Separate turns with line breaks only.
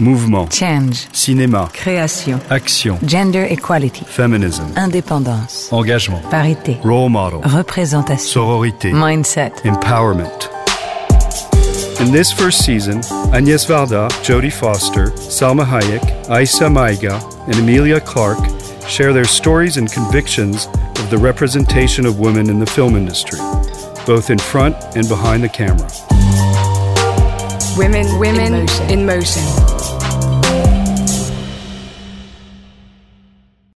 Mouvement,
Change.
cinéma,
Création.
action,
Gender equality.
feminism,
Indépendance.
engagement,
Parité.
role model,
Représentation.
sororité,
Mindset.
empowerment. In this first season, Agnes Varda, Jodie Foster, Salma Hayek, Aisa Maiga, and Amelia Clark share their stories and convictions of the representation of women in the film industry, both in front and behind the camera.
Women, women in motion.